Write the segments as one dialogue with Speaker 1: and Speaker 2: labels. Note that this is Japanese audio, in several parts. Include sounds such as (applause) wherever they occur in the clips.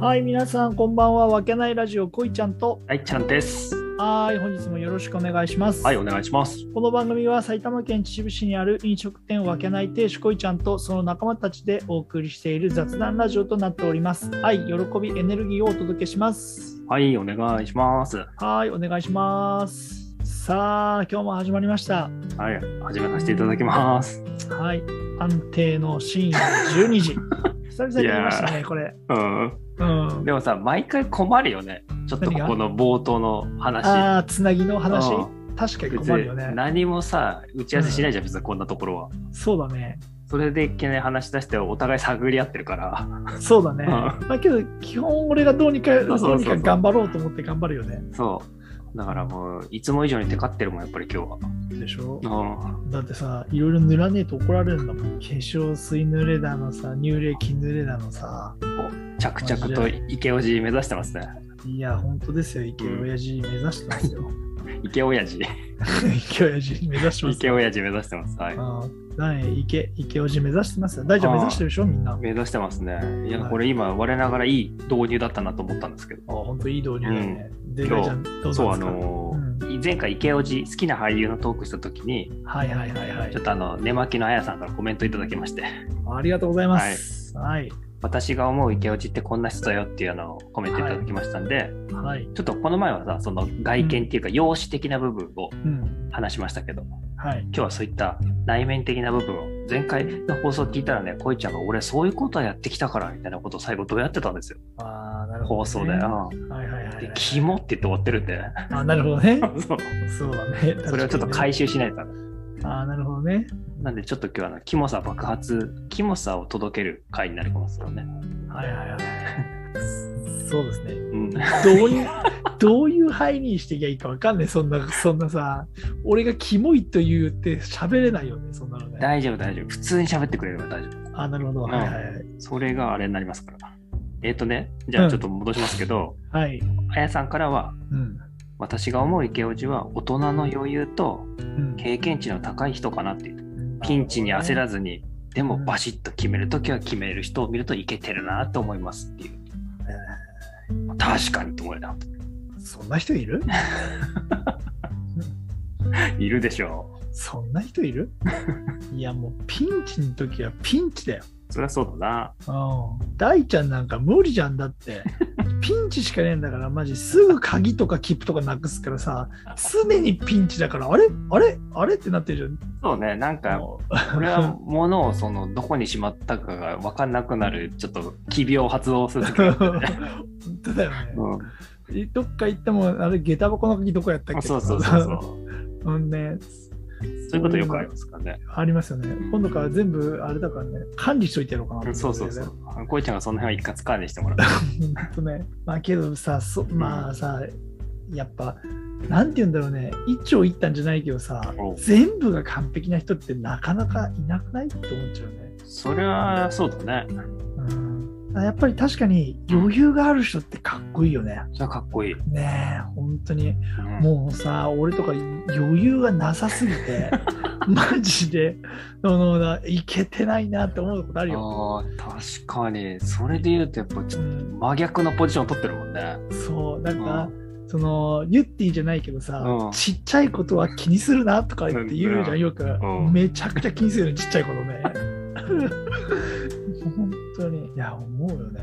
Speaker 1: はい、皆さん、こんばんは。わけないラジオ、こいちゃんと。
Speaker 2: はい、ちゃんです。
Speaker 1: はい、本日もよろしくお願いします。
Speaker 2: はい、お願いします。
Speaker 1: この番組は埼玉県秩父市にある飲食店わけない亭主こいちゃんとその仲間たちでお送りしている雑談ラジオとなっております。愛、喜び、エネルギーをお届けします。
Speaker 2: はい、お願いします。は
Speaker 1: はい、お願いします。さあ、今日も始まりました。
Speaker 2: い、始めさせていただきます。
Speaker 1: はい、安定の深夜12時。
Speaker 2: (laughs)
Speaker 1: 久々に言いましたね、これ。
Speaker 2: うん。
Speaker 1: うん。
Speaker 2: でもさ、毎回困るよね。ちょっとここの冒頭の話。
Speaker 1: ああ、つなぎの話
Speaker 2: う。
Speaker 1: 確かに
Speaker 2: 別
Speaker 1: 困るよ
Speaker 2: に
Speaker 1: ね。
Speaker 2: 何もさ、打ち合わせしないじゃん、別にこんなところは。
Speaker 1: そうだね。
Speaker 2: それでいきなり話し出して、お互い探り合ってるから。
Speaker 1: そうだね。
Speaker 2: う
Speaker 1: ま
Speaker 2: ん
Speaker 1: あけど、基本俺がどうにか、
Speaker 2: そうそう
Speaker 1: どうに
Speaker 2: そ
Speaker 1: か
Speaker 2: うそう
Speaker 1: 頑張ろうと思って頑張るよね。
Speaker 2: そう。だからもう、いつも以上にテカってるもん、やっぱり今日
Speaker 1: でしょ
Speaker 2: は。
Speaker 1: だってさ、いろいろ塗らねえと怒られるんだもん。化粧水塗れだのさ、乳冷菌塗れだのさ。
Speaker 2: うん。着々と池おじ目指してますね。
Speaker 1: いや、本当ですよ。池親父目指してますよ。
Speaker 2: 池親父。
Speaker 1: (laughs) 池親父目指してます
Speaker 2: 池
Speaker 1: よ。
Speaker 2: 親父目指してます。はい。
Speaker 1: うん何池、池おじ目指してますよ。大ちゃん
Speaker 2: あー
Speaker 1: 目指してるでしょ、みんな。あ、
Speaker 2: 目指してますね。いや、
Speaker 1: はい
Speaker 2: これ今、我ながらいい導入だったなと思ったんですけど。
Speaker 1: 本当いい導入だよね。で、
Speaker 2: 今
Speaker 1: 大
Speaker 2: 日
Speaker 1: ちゃん、どうなんです
Speaker 2: そ
Speaker 1: か
Speaker 2: う、あの
Speaker 1: う
Speaker 2: ー前回、池オジ、好きな俳優のトークした時に、
Speaker 1: はいはいはいはい
Speaker 2: ちょっ。とあの、寝巻きのあやさんからコメントいただきまして、
Speaker 1: ありがとうございます。はい。
Speaker 2: 私が思う池オジってこんな人だよっていうあの、コメントいただきましたんで、
Speaker 1: はい。
Speaker 2: ちょっとこの前はさ、その外見っていうか、容姿的な部分を
Speaker 1: うん。
Speaker 2: 話しましたけど、今
Speaker 1: はい。
Speaker 2: 日はそういった内面的な部分を、前回の放送聞いたらね、こいちゃんが俺そういうことはやってきたから、みたいなことを最後どうやってたんですよ。
Speaker 1: ああ、なるほど、
Speaker 2: 放
Speaker 1: ね。
Speaker 2: 送で。うん
Speaker 1: はいはいはい、
Speaker 2: で、キモって言って終わってるんで。 (laughs)
Speaker 1: あなるほどね。
Speaker 2: そう
Speaker 1: (laughs) そうだね。
Speaker 2: それをちょっと回
Speaker 1: 収。
Speaker 2: 収しないと。
Speaker 1: ああ、なるほどね。
Speaker 2: なんでちょっと今日はあのキモさ爆発、キモさを届ける回になるかもしれないね。
Speaker 1: はいはいはい。 (laughs) そうですね。
Speaker 2: (laughs) うん。
Speaker 1: どういう、どういう範囲にしていけばいいかわかんない。そんな、そんなさ、俺がキモいと言って喋れないよね、そんなのね。
Speaker 2: 大丈夫大丈夫。普通に喋ってくれれば大丈夫。
Speaker 1: あなるほど。はいはいはい。
Speaker 2: それがあれになりますから。えっ、とね、じゃあちょっと戻しますけど、
Speaker 1: はい。
Speaker 2: あやさんからは、
Speaker 1: うん。
Speaker 2: 私が思う池オジは大人の余裕と
Speaker 1: うん
Speaker 2: 経験値の高い人かなっていう。ピンチに焦らずに、でもバシッと決めるときは決める人を見るといけてるなと思いますっていう。確かにと思えた。
Speaker 1: そんな人いる
Speaker 2: いるでしょ
Speaker 1: そんな人い (laughs) るいや、もうピンチの時はピンチだよ。
Speaker 2: う。そりゃそうだな。
Speaker 1: うん大ちゃんなんか無理じゃんだって。ピンチしかねえんだから、マジすぐ鍵とか切符とかなくすからさ、常にピンチだから、あれあれあれってなってるじ
Speaker 2: そうね、な
Speaker 1: ゃ
Speaker 2: ん
Speaker 1: ん。
Speaker 2: か、
Speaker 1: も
Speaker 2: これは物をそのどこにしまったかが分かんなくなる、ちょっと奇病を発動する
Speaker 1: う (laughs)
Speaker 2: 時があっ
Speaker 1: (laughs)
Speaker 2: て
Speaker 1: 本
Speaker 2: ね
Speaker 1: 当だよ
Speaker 2: う
Speaker 1: ね。どっか行っても、あれ、下駄箱の鍵どこやったっ
Speaker 2: ん、
Speaker 1: け
Speaker 2: そうそうそう
Speaker 1: (laughs)
Speaker 2: そう。そ
Speaker 1: うんね。
Speaker 2: ういうことよくありますからね。
Speaker 1: ありますよね。今度から全部、あれだからね、管理しといてやろうかなと思って
Speaker 2: そうそうそう。こいちゃんがその辺は一括管理してもら
Speaker 1: 本当ね、まあけどさ、そまあさ、やっぱ、なんて言うんだろうね、一長一短じゃないけどさ
Speaker 2: お、う
Speaker 1: 全部が完璧な人ってなかなかいなくないって思っちゃうね
Speaker 2: う。。それはそうだね。
Speaker 1: うん、やっぱり確かに余裕がある人ってかっこいいよね。
Speaker 2: じゃあかっこいい。
Speaker 1: ねえ、本当に。
Speaker 2: うん
Speaker 1: もうさ、俺とか余裕がなさすぎて、マジで、あのないけてないなって思うことあるよ。
Speaker 2: あー確かに。それで言うと、やっぱち
Speaker 1: う
Speaker 2: ょっと
Speaker 1: ん、
Speaker 2: 真逆のポジションを取ってるもんね。
Speaker 1: そう、なんか、
Speaker 2: う
Speaker 1: そのユッティじゃないけどさ、
Speaker 2: うん
Speaker 1: ちっちゃいことは気にするなとか言って言うじゃ
Speaker 2: うんん
Speaker 1: よく、
Speaker 2: うん
Speaker 1: めちゃくちゃ気にするよねちっちゃいこと
Speaker 2: (laughs)
Speaker 1: ね本当にいや思うよね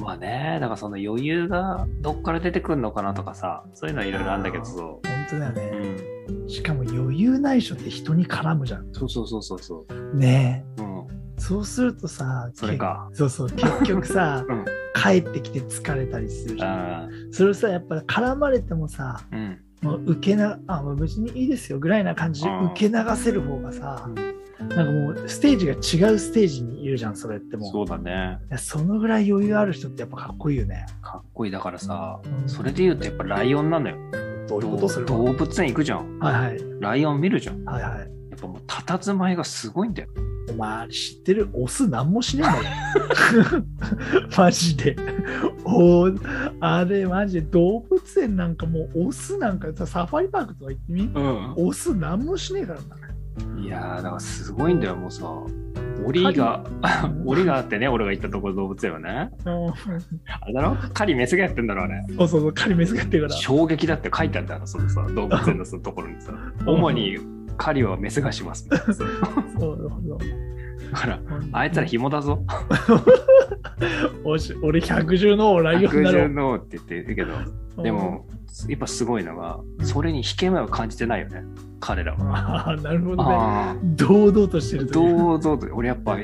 Speaker 2: まあね、だからその余裕がどっから出てくるのかなとかさ、そういうのはいろいろあるんだけどそ
Speaker 1: 本当だよ
Speaker 2: う。う
Speaker 1: ね、
Speaker 2: ん
Speaker 1: しかも余裕ない人って人に絡むじゃん
Speaker 2: そうそうそうそうそう。
Speaker 1: ね
Speaker 2: うん。
Speaker 1: えそうするとさ
Speaker 2: それか、
Speaker 1: けそうそう結局さ
Speaker 2: うん
Speaker 1: 帰ってきて疲れたりするじゃん
Speaker 2: あ
Speaker 1: それをさやっぱ絡まれてもさ
Speaker 2: ーうん。
Speaker 1: もう受けなあもう別にいいですよぐらいな感じで
Speaker 2: うん
Speaker 1: 受け流せる方がさ、
Speaker 2: うん
Speaker 1: なんかもうステージが違うステージにいるじゃんそれってもう
Speaker 2: そうだね。
Speaker 1: いやそのぐらい余裕ある人ってやっぱかっこいいよね
Speaker 2: かっこいいだからさ
Speaker 1: う、ん
Speaker 2: それで言うとやっぱライオンなのよ。
Speaker 1: どういうこ
Speaker 2: 動
Speaker 1: とする
Speaker 2: 動物園行くじゃん。
Speaker 1: はいはい
Speaker 2: ライオン見るじゃん。
Speaker 1: はいはい
Speaker 2: やっぱもう佇まいがすごいんだよ。
Speaker 1: お前知ってるオス何もしねえん (laughs) だよマジでおあれマジで動物園なんかもうオスなんかサファリパークとか行ってみ
Speaker 2: うん。
Speaker 1: オス何もしねえからない
Speaker 2: やー、だからすごいんだよ、もうさ。檻が、
Speaker 1: (laughs)
Speaker 2: 檻があってね、俺が行ったところ動物園はね。
Speaker 1: うん
Speaker 2: あれだろ狩りメスがやってんだろ、あれ。
Speaker 1: そうそうそう、狩りメスがやってるから。
Speaker 2: 衝撃だって書いてあったよ、そのさ、動物園のそのところにさ。主に狩りはメスがしますみたい
Speaker 1: (laughs)
Speaker 2: なさ。
Speaker 1: そうそうそう
Speaker 2: だから、あいつら紐だぞ。
Speaker 1: おし俺、百獣の王ライオン
Speaker 2: 百
Speaker 1: だろ
Speaker 2: 獣。の王って言ってるけど、でも、やっぱすごいのが、それに引け目を感じてないよね、彼ら
Speaker 1: うん。
Speaker 2: は。
Speaker 1: ああ、なるほどね。
Speaker 2: あ
Speaker 1: 堂々として
Speaker 2: あ、
Speaker 1: るという。
Speaker 2: どうぞと、俺やっぱ、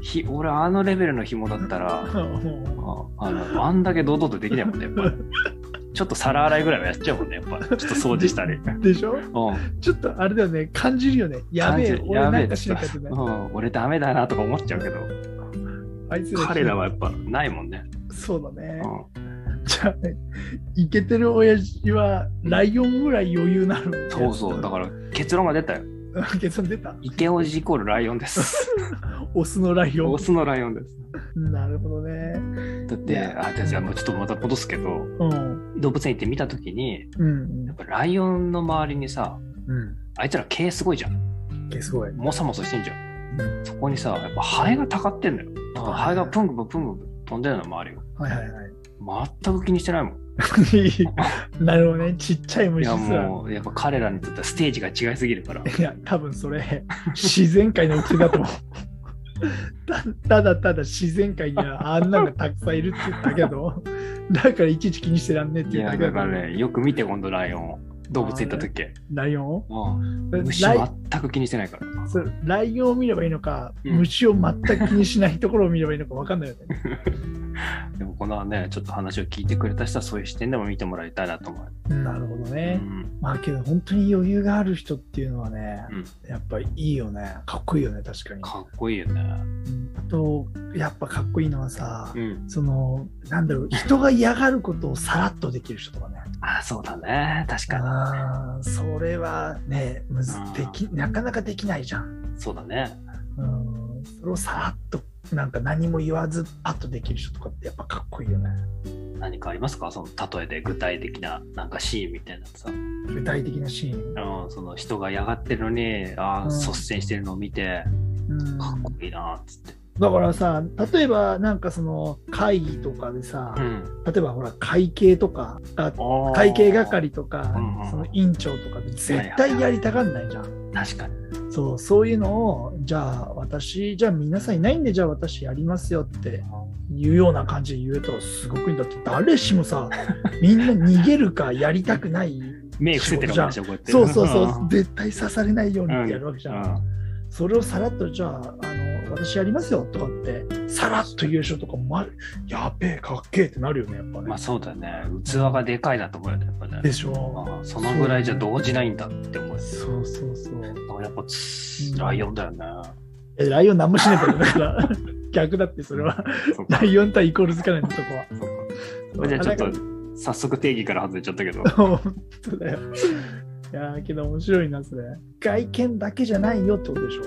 Speaker 2: ひ俺あのレベルの紐だったら、
Speaker 1: うん
Speaker 2: ああのあんだけ堂々とできないもんね、やっぱり。ちょっと皿洗いぐらいはやっちゃうもんね、やっぱり。ちょっと掃
Speaker 1: (laughs)
Speaker 2: 除したり。うん、
Speaker 1: でしょちょっとあれだよね、感じるよね。やべえ、
Speaker 2: 感じ
Speaker 1: 俺
Speaker 2: やべ
Speaker 1: な
Speaker 2: え
Speaker 1: ん
Speaker 2: で
Speaker 1: か
Speaker 2: す
Speaker 1: しなきゃいけない。
Speaker 2: うん、俺ダメだなとか思っちゃうけど、
Speaker 1: あいつ
Speaker 2: 彼らは
Speaker 1: は
Speaker 2: やっぱないもんね。
Speaker 1: そうだね
Speaker 2: う。ん、
Speaker 1: じゃあね、イケてる親父はライオンぐらい余裕なる。
Speaker 2: そうそう、だから結論が出たよ。
Speaker 1: ら。結論出た
Speaker 2: イケオジイコールライオ
Speaker 1: (laughs)
Speaker 2: ンです。
Speaker 1: オスのライオ
Speaker 2: オ
Speaker 1: ン。
Speaker 2: スのライオンです。
Speaker 1: なるほどね。
Speaker 2: だって、あ、じゃあもうちょっとまた戻すけど、
Speaker 1: うん。
Speaker 2: 動物園行って見たときに、
Speaker 1: うん
Speaker 2: やっ。ぱライオンの周りにさ、
Speaker 1: うん。
Speaker 2: あいつら毛すごいじゃん。
Speaker 1: え、すごい。
Speaker 2: もさもさしてんじゃん。そこにさ、やっぱハエがたかってんだよ。だからハエがプンプンプンプン飛んでるの周りを。
Speaker 1: はいはいはい。
Speaker 2: 全く気にしてないもん。
Speaker 1: (laughs) なるほどね。ちっちゃい
Speaker 2: い
Speaker 1: 虫
Speaker 2: や
Speaker 1: さ。
Speaker 2: もう、やっぱ彼らにとってはステージが違いすぎるから。
Speaker 1: いや、多分それ、自然界のうちだと思う。 (laughs) たただただ自然界にはあんなのがたくさんいるって言ったけど、だからいちいち気にしてらんねえっ
Speaker 2: い
Speaker 1: て言っ
Speaker 2: や、
Speaker 1: たけ
Speaker 2: だ
Speaker 1: ど
Speaker 2: か、らね、よく見て、今度ライオンを。動物園行った時。
Speaker 1: ライオンを
Speaker 2: うん。虫
Speaker 1: ライ
Speaker 2: 全く気にしてないから。
Speaker 1: それライオンを見ればいいのか、
Speaker 2: うん
Speaker 1: 虫を全く気にしないところを見ればいいのか分かんないよね。
Speaker 2: でもこのね、ちょっと話を聞いてくれた人はそういう視点でも見てもらいたいなと思う。
Speaker 1: なるほど
Speaker 2: う
Speaker 1: ね。
Speaker 2: ん、
Speaker 1: まあけど本当に余裕がある人っていうのはね、
Speaker 2: うん
Speaker 1: やっぱいいよね。かっこいいよね、確かに。
Speaker 2: かっこいいよね。
Speaker 1: あと、やっぱかっこいいのはさ、
Speaker 2: うん。
Speaker 1: その、なんだろう、人が嫌がることをさらっとできる人とかね。
Speaker 2: あ、そうだね。確か
Speaker 1: あーそれはねむず
Speaker 2: うん
Speaker 1: できなかなかできないじゃん、
Speaker 2: に。そうだね。
Speaker 1: うん、それをさらっとなんか何も言わずパッとできる人とかってやっぱかっこいいよね
Speaker 2: 何かありますかその例えで具体的ななんかシーンみたいなさ。
Speaker 1: 具体的なシーン、
Speaker 2: うん、その人が嫌がってるのに、あ
Speaker 1: うん
Speaker 2: あ、率先してるのを見て、
Speaker 1: うん、
Speaker 2: かっこいいな、っつって。
Speaker 1: だからさ例えばなんかその会議とかでさ、
Speaker 2: うん。
Speaker 1: 例えばほら会計とかあ会計係とか、
Speaker 2: うんうん
Speaker 1: その委員長とかで絶対やりたがんないじゃん、
Speaker 2: 確かに。
Speaker 1: そうそういうのをじゃあ私じゃあ皆さんいないんでじゃあ私やりますよっていうような感じで言えたらすごくいいんだって誰しも
Speaker 2: (laughs)
Speaker 1: さみんな逃げるかやりたくない
Speaker 2: 目伏せてるわけでしょ、こうやって。
Speaker 1: そうそうそう絶対刺されないようにってやるわけじ
Speaker 2: う
Speaker 1: ゃ
Speaker 2: ん。
Speaker 1: ん、それをさらっとじゃああの私やりますよとかってさらっと言う人とか、ま、やべえかっけえってなるよねやっぱね、
Speaker 2: まあそうだね。器がでかいなと思うよね、やっぱね。
Speaker 1: でしょ
Speaker 2: ああそのぐらいじゃ動じないんだって思うよ。
Speaker 1: そうそうそう
Speaker 2: だからやっぱ、ライオンだよね。
Speaker 1: えライオン何もしないんだよだから逆だってそれ
Speaker 2: (laughs)
Speaker 1: は
Speaker 2: そうか
Speaker 1: ライオン対イコールつかないんだそこは
Speaker 2: そうか。じゃあちょっと、早速定義から外れちゃったけど。
Speaker 1: 本当だよ。いやーけど面白いな、それ。外見だけじゃないよってことでしょ。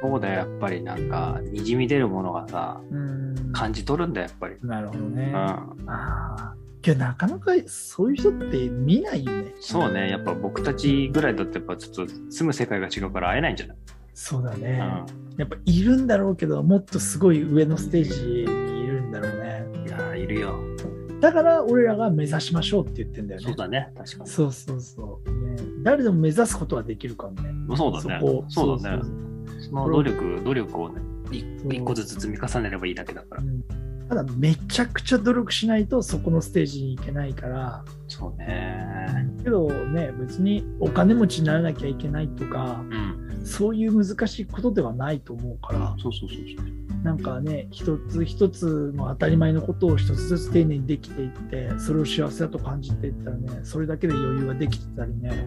Speaker 2: そうだよ、やっぱりなんか、にじみ出るものがさ、
Speaker 1: うん。
Speaker 2: 感じ取るんだよ、やっぱり。
Speaker 1: なるほどね。
Speaker 2: う
Speaker 1: あ
Speaker 2: ん。
Speaker 1: あー。けどなかなかそういう人って見ないよね。
Speaker 2: そうね、やっぱ僕たちぐらいだってやっぱちょっと住む世界が違うから会えないんじゃない、
Speaker 1: そうだね。
Speaker 2: うん
Speaker 1: やっぱいるんだろうけど、もっとすごい上のステージにいるんだろうね。
Speaker 2: いやーいるよ。
Speaker 1: だから俺らが目指しましょうって言ってんだよね。
Speaker 2: そうだね、確かに。
Speaker 1: そうそうそう、ね。誰でも目指すことはできるからね。
Speaker 2: そうだね
Speaker 1: こ。
Speaker 2: そうだね。
Speaker 1: そう
Speaker 2: その努力、努力をね、い一個ずつ積み重ねればいいだけだから
Speaker 1: う。んただめちゃくちゃ努力しないとそこのステージに行けないから
Speaker 2: そうね。
Speaker 1: けどね別にお金持ちにならなきゃいけないとか
Speaker 2: うん。
Speaker 1: そういう難しいことではないと思うから
Speaker 2: そうそうそうそう。
Speaker 1: なんかね一つ一つの当たり前のことを一つずつ丁寧にできていってそれを幸せだと感じていったらねそれだけで余裕ができてたりね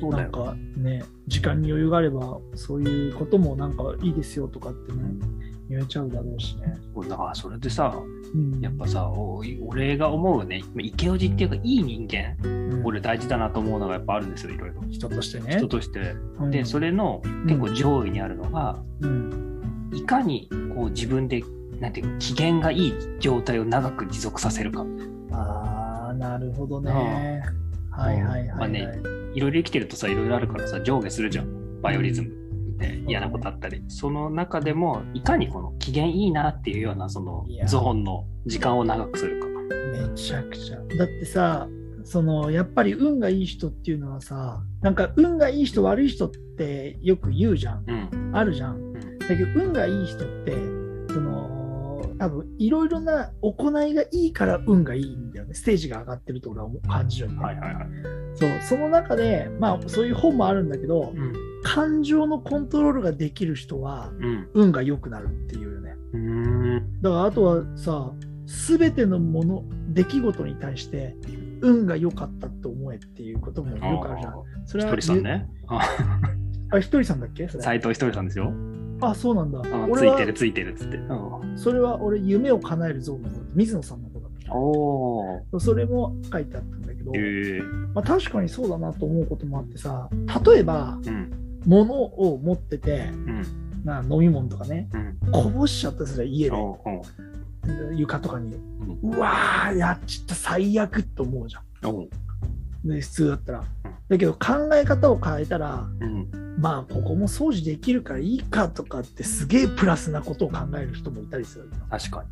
Speaker 2: そうだ
Speaker 1: なん
Speaker 2: よ。
Speaker 1: かね時間に余裕があればそういうこともなんかいいですよとかってね言えちゃうだろうしね。
Speaker 2: そうだからそれでさ、
Speaker 1: うん
Speaker 2: やっぱさ、おい俺が思うね、イケオジっていうか、いい人間、
Speaker 1: うん
Speaker 2: 俺大事だなと思うのがやっぱあるんですよ、いろいろ。
Speaker 1: 人としてね
Speaker 2: 人。として。
Speaker 1: うん
Speaker 2: で、それの結構上位にあるのが、
Speaker 1: うん
Speaker 2: いかにこう自分でなんていうか機嫌がいい状態を長く持続させるか
Speaker 1: ああ、なるほどね。はいはいはい、はい
Speaker 2: まあねいろいろ生きてるとさいろいろあるからさ上下するじゃんバイオリズムみって嫌なことあったり、その中でもいかにこの機嫌いいなっていうようなその
Speaker 1: いや
Speaker 2: ゾーンの時間を長くするか。
Speaker 1: めちゃくちゃ。だってさ、そのやっぱり運がいい人っていうのはさ、なんか運がいい人、悪い人ってよく言うじゃん、
Speaker 2: うん。
Speaker 1: あるじゃん。
Speaker 2: うん
Speaker 1: だけど、運がいい人って、その多分いろいろな行いがいいから運がいいんだよね、ステージが上がってると俺は思う感じるんだ
Speaker 2: はいはいはい。
Speaker 1: そうその中で、まあ、そういう本もあるんだけど、
Speaker 2: うん。
Speaker 1: 感情のコントロールができる人は、
Speaker 2: うん。
Speaker 1: 運が良くなるっていうよね。
Speaker 2: うーん。
Speaker 1: だからあとはさ全てのもの出来事に対して運が良かったって思えっていうこともよくあるじゃん。それ
Speaker 2: ひ
Speaker 1: は
Speaker 2: とりさんね。あ
Speaker 1: あひとりさんだっけそれ
Speaker 2: 斎藤ひとりさんですよ。
Speaker 1: あそうなんだ。
Speaker 2: あつ
Speaker 1: 俺
Speaker 2: い
Speaker 1: は
Speaker 2: てるついてるっつって。うん、
Speaker 1: それは俺夢を叶える像の方水野さんの方だった
Speaker 2: おお。
Speaker 1: それも書いてあったんだけど
Speaker 2: え、ー。
Speaker 1: まあ、確かにそうだなと思うこともあってさ例えば
Speaker 2: うん。
Speaker 1: 物を持ってて
Speaker 2: うん。
Speaker 1: な飲み物とかね
Speaker 2: うん。
Speaker 1: こぼしちゃったりする家で
Speaker 2: おー
Speaker 1: 床とかに、うわーやっちった最悪と思うじゃん。
Speaker 2: おーおー
Speaker 1: で普通だったら。だけど考え方を変えたら、
Speaker 2: うん。
Speaker 1: まあ、ここも掃除できるからいいかとかってすげえプラスなことを考える人もいたりするの。
Speaker 2: 確か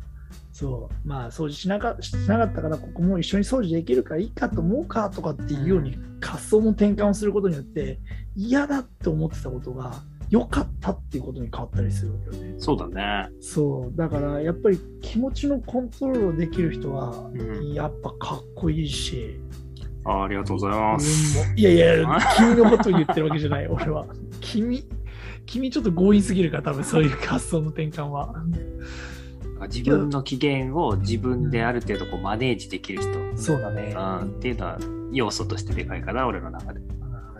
Speaker 1: そう。まあ、掃除しなかしなかったから、ここも一緒に掃除できるからいいかと思うかとかっていうように、発想の転換をすることによって、嫌だって思ってたことが、良かったっていうことに変わったりするわけよね。
Speaker 2: に。そうだね。
Speaker 1: そう。だから、やっぱり気持ちのコントロールをできる人は、
Speaker 2: うん
Speaker 1: やっぱかっこいいし、
Speaker 2: あありがとうございます。
Speaker 1: うんもういやいやいや、君のことを言ってるわけじゃない、俺は。君、君ちょっと強引すぎるから、多分そういう発想の転換は。
Speaker 2: なんか自分の機嫌を自分である程度こうマネージできる人、うん、
Speaker 1: そうだね
Speaker 2: っていうのは要素としてでかいかな、俺の中で。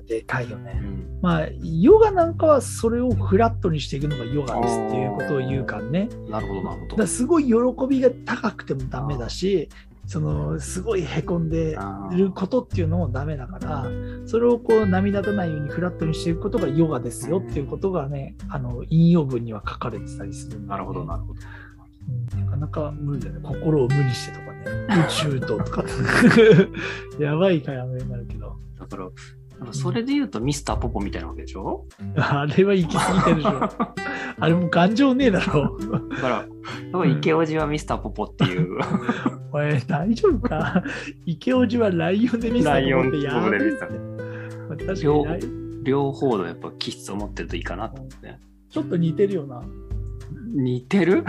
Speaker 1: でかいよ
Speaker 2: う
Speaker 1: ね。
Speaker 2: ん、
Speaker 1: まあ、ヨガなんかはそれをフラットにしていくのがヨガですっていうことを言うからね。
Speaker 2: なるほど、なる
Speaker 1: だ
Speaker 2: ほ
Speaker 1: か
Speaker 2: ど
Speaker 1: ら。すごい喜びが高くてもダメだし、そのすごいへこんで
Speaker 2: あー
Speaker 1: ることっていうのもダメだから、それをこう涙立たないようにフラットにしていくことがヨガですよっていうことがね、あの引用文には書かれてたりするんだよね
Speaker 2: なるほど、なるほど。
Speaker 1: なかなか無理だよね。心を無にしてとかね。宇宙とと
Speaker 2: (laughs)
Speaker 1: か。やばいからになるけど。
Speaker 2: だから、なんかそれで言うとミスターポポみたいなわけでしょ
Speaker 1: あれは行き過ぎてるでし
Speaker 2: (laughs)
Speaker 1: ょ。あれもう頑丈ねえだろ。
Speaker 2: だから、やっぱ池オジはミスターポポっていう、 (laughs)
Speaker 1: お前大丈夫か池オジはライオンで見せたと思ってや
Speaker 2: ライオン
Speaker 1: べ
Speaker 2: で
Speaker 1: え
Speaker 2: 見せた
Speaker 1: まあ確かに
Speaker 2: 両
Speaker 1: ライ
Speaker 2: 両方のやっぱ気質を持ってるといいかなと思って。
Speaker 1: ちょっと似てるよな。
Speaker 2: 似てる、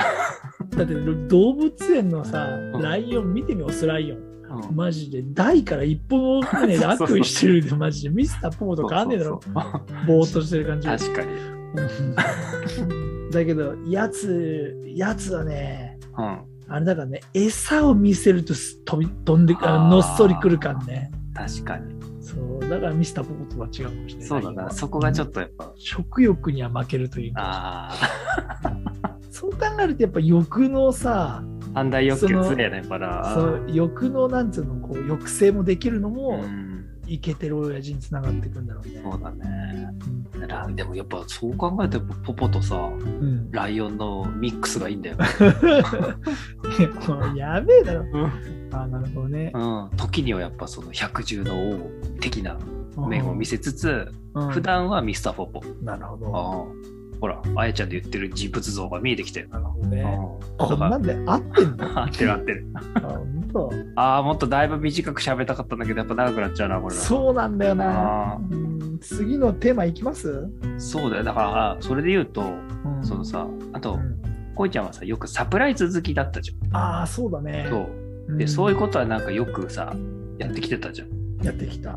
Speaker 1: だって動物園のさ、
Speaker 2: ん
Speaker 1: ライオン見てみよう、オスライオン。
Speaker 2: うん
Speaker 1: マジで、台から一歩も
Speaker 2: (laughs)
Speaker 1: かねえで悪意してるで、マジで。ミスターポーとかあんねえだろ。
Speaker 2: そうそうそう
Speaker 1: ぼーっとしてる感じ。
Speaker 2: (laughs) 確かに。うん
Speaker 1: (laughs) だけど、やつ、やつはね、あれだからね、餌を見せるとす飛び飛んであ
Speaker 2: あー
Speaker 1: のっそり来るからね。
Speaker 2: 確かに。
Speaker 1: そう、だからミスターポポとは違うかもしれない。
Speaker 2: そうだな。そこがちょ
Speaker 1: と。
Speaker 2: っとやっぱ、
Speaker 1: 食欲には負けるというか、
Speaker 2: あ
Speaker 1: そう考えるとやっぱ欲のさ、
Speaker 2: あ、反対欲求強いね、やっぱな。
Speaker 1: そう欲のなんつうの、こう抑制もできるのも
Speaker 2: う、ん
Speaker 1: いけてる親父につながっていくんだろうね。
Speaker 2: そうだね。ラでもやっぱそう考えてもポポとさ、
Speaker 1: うん。 (laughs)
Speaker 2: ライオンのミックスがいいんだよ。
Speaker 1: もうやべえだろ。
Speaker 2: う
Speaker 1: あーなるほどね。
Speaker 2: ん。時にはやっぱその百獣の王的な面を見せつつ、
Speaker 1: うん
Speaker 2: 普段はミスターポポ。
Speaker 1: なるほど。
Speaker 2: ああほら、あやちゃんで言ってる人物像が見えてきたよ。
Speaker 1: なるほどね。
Speaker 2: ああ
Speaker 1: こんなんで合ってんの
Speaker 2: 合ってる合ってる。
Speaker 1: あ本当
Speaker 2: ああ、もっとだいぶ短く喋りたかったんだけど、やっぱ長くなっちゃうな、これは。
Speaker 1: そうなんだよな
Speaker 2: あ。
Speaker 1: うん次のテーマいきます、う
Speaker 2: そうだよ。だから、それで言うと、
Speaker 1: ん
Speaker 2: そのさ、あ
Speaker 1: う
Speaker 2: と、
Speaker 1: ん
Speaker 2: こいちゃんはさ、よくサプライズ好きだったじ
Speaker 1: ああ、そうだね
Speaker 2: ゃん。。そう。
Speaker 1: うん
Speaker 2: で、そういうことはなんかよくさ、やってきてたじゃん。
Speaker 1: やってきた。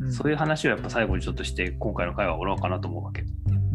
Speaker 2: うん。そういう話をやっぱ最後にちょっとして、今回の回はおろうかなと思うわけ。
Speaker 1: うん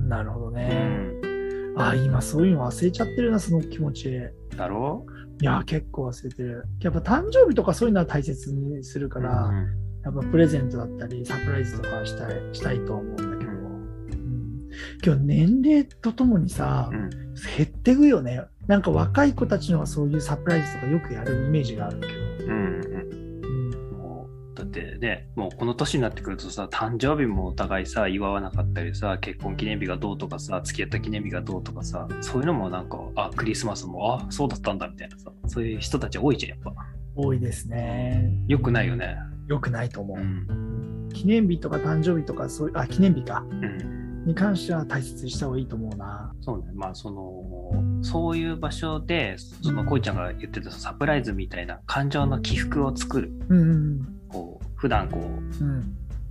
Speaker 1: なるほど
Speaker 2: う
Speaker 1: ね。
Speaker 2: ん。
Speaker 1: ああ、今そういうの忘れちゃってるな、その気持ち。い
Speaker 2: だろ
Speaker 1: や、結構忘れてる。やっぱ誕生日とかそういうのは大切にする
Speaker 2: う
Speaker 1: から、
Speaker 2: うん
Speaker 1: やっぱプレゼントだったり、サプライズとかしたいしたいと思うんだけど。うん今日年齢とともにさ、
Speaker 2: うん
Speaker 1: 減ってくよね。なんか若い子たちのはそういうサプライズとかよくやるイメージがあるけど。
Speaker 2: うんうん。
Speaker 1: うん
Speaker 2: もうだってねもうこの年になってくるとさ誕生日もお互いさ祝わなかったりさ結婚記念日がどうとかさ付き合った記念日がどうとかさそういうのもなんかあクリスマスもあそうだったんだみたいなさそういう人たち多いじゃんやっぱ
Speaker 1: 多いですね。
Speaker 2: よくないよね
Speaker 1: よくないと思う
Speaker 2: う。ん
Speaker 1: 記念日とか誕生日とかそういう、あ、記念日か。
Speaker 2: うん
Speaker 1: に関しては大切にした方がいいと思うな。
Speaker 2: そうね、まあそのそういう場所でそのこいちゃんが言ってたサプライズみたいな感情の起伏を作る
Speaker 1: うんうん
Speaker 2: こう普段こう
Speaker 1: うん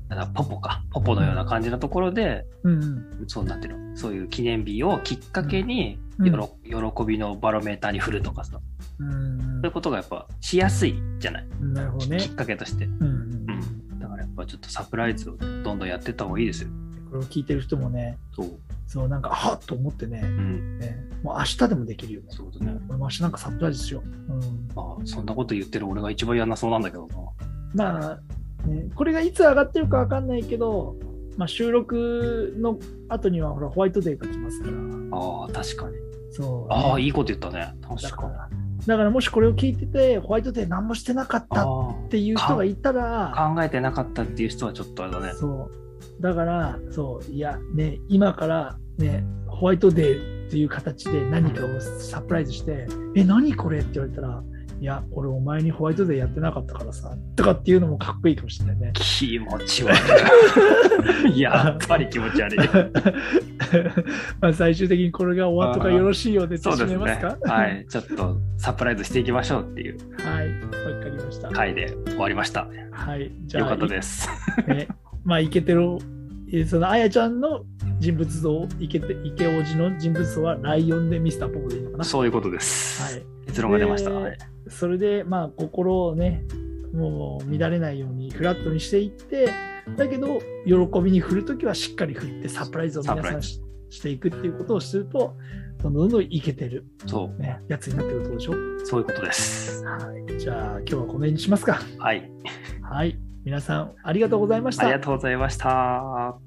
Speaker 2: なんかポポかポポのような感じのところで
Speaker 1: うんうん
Speaker 2: そうなってるそういう記念日をきっかけに、
Speaker 1: うん
Speaker 2: よろ喜びのバロメーターに振るとかさそ
Speaker 1: うん
Speaker 2: ういうことがやっぱしやすいじゃない、
Speaker 1: うんなるほどね
Speaker 2: き。っかけとして、
Speaker 1: うんう
Speaker 2: うんん、だからやっぱちょっとサプライズをどんどんやってった方がいいですよ
Speaker 1: これを聞いてる人もね、
Speaker 2: そう、
Speaker 1: そうなんか、はっと思ってね、
Speaker 2: うん、
Speaker 1: ねもう明日でもできるよね。
Speaker 2: そういうことね
Speaker 1: 俺も明日なんかサプライズしよう。うん、
Speaker 2: まあそんなこと言ってる俺が一番嫌なそうなんだけどな
Speaker 1: まあ、ね、これがいつ上がってるかわかんないけど、まあ、収録の後にはほらホワイトデーが来ますから。
Speaker 2: あー確かに
Speaker 1: そう、
Speaker 2: ああいいこと言ったね確
Speaker 1: だか
Speaker 2: かに
Speaker 1: らだからもしこれを聞いててホワイトデー何もしてなかったっ
Speaker 2: あ
Speaker 1: ていう人がいたら
Speaker 2: あ考えてなかったっていう人はちょっとあれだね。
Speaker 1: そうだからそういやね今からねホワイトデーっていう形で何かをサプライズして「え何これ?」って言われたら「いや俺お前にホワイトデーやってなかったからさ」とかっていうのもかっこいいかもしれないね
Speaker 2: 気持ち悪 (laughs) いやっぱり気持ち悪い (laughs)
Speaker 1: (laughs) まあ最終的にこれが終わったからよろしいようで
Speaker 2: そう
Speaker 1: 締
Speaker 2: で
Speaker 1: め
Speaker 2: すね。
Speaker 1: ますか
Speaker 2: はい、ちょっとサプライズしていきましょうっていう
Speaker 1: (laughs) はい、わかりました。
Speaker 2: 回で終わりました。
Speaker 1: はい、じゃ
Speaker 2: よ
Speaker 1: あ
Speaker 2: かったです。
Speaker 1: ね、まあイケてるえーそのあやちゃんの人物像イケてイケおじの人物像はライオンでミスターポポでいいのかな
Speaker 2: そういうことです。
Speaker 1: はい
Speaker 2: 結論が出ました。
Speaker 1: で
Speaker 2: はい
Speaker 1: それでまあ心をねもう乱れないようにフラットにしていってだけど喜びに振るときはしっかり振ってサプライズを皆
Speaker 2: サプ
Speaker 1: さ
Speaker 2: ラ
Speaker 1: ん
Speaker 2: イ
Speaker 1: ししていくっていうことをするとどんどんどんどんイケてる、
Speaker 2: そ
Speaker 1: ね、やつになってくるってことでしょ
Speaker 2: う、そういうことです。
Speaker 1: はいじゃあ今日はこの辺にしますか
Speaker 2: はい、
Speaker 1: はい皆さんありがとうございまし
Speaker 2: あ
Speaker 1: た
Speaker 2: りがとうございました。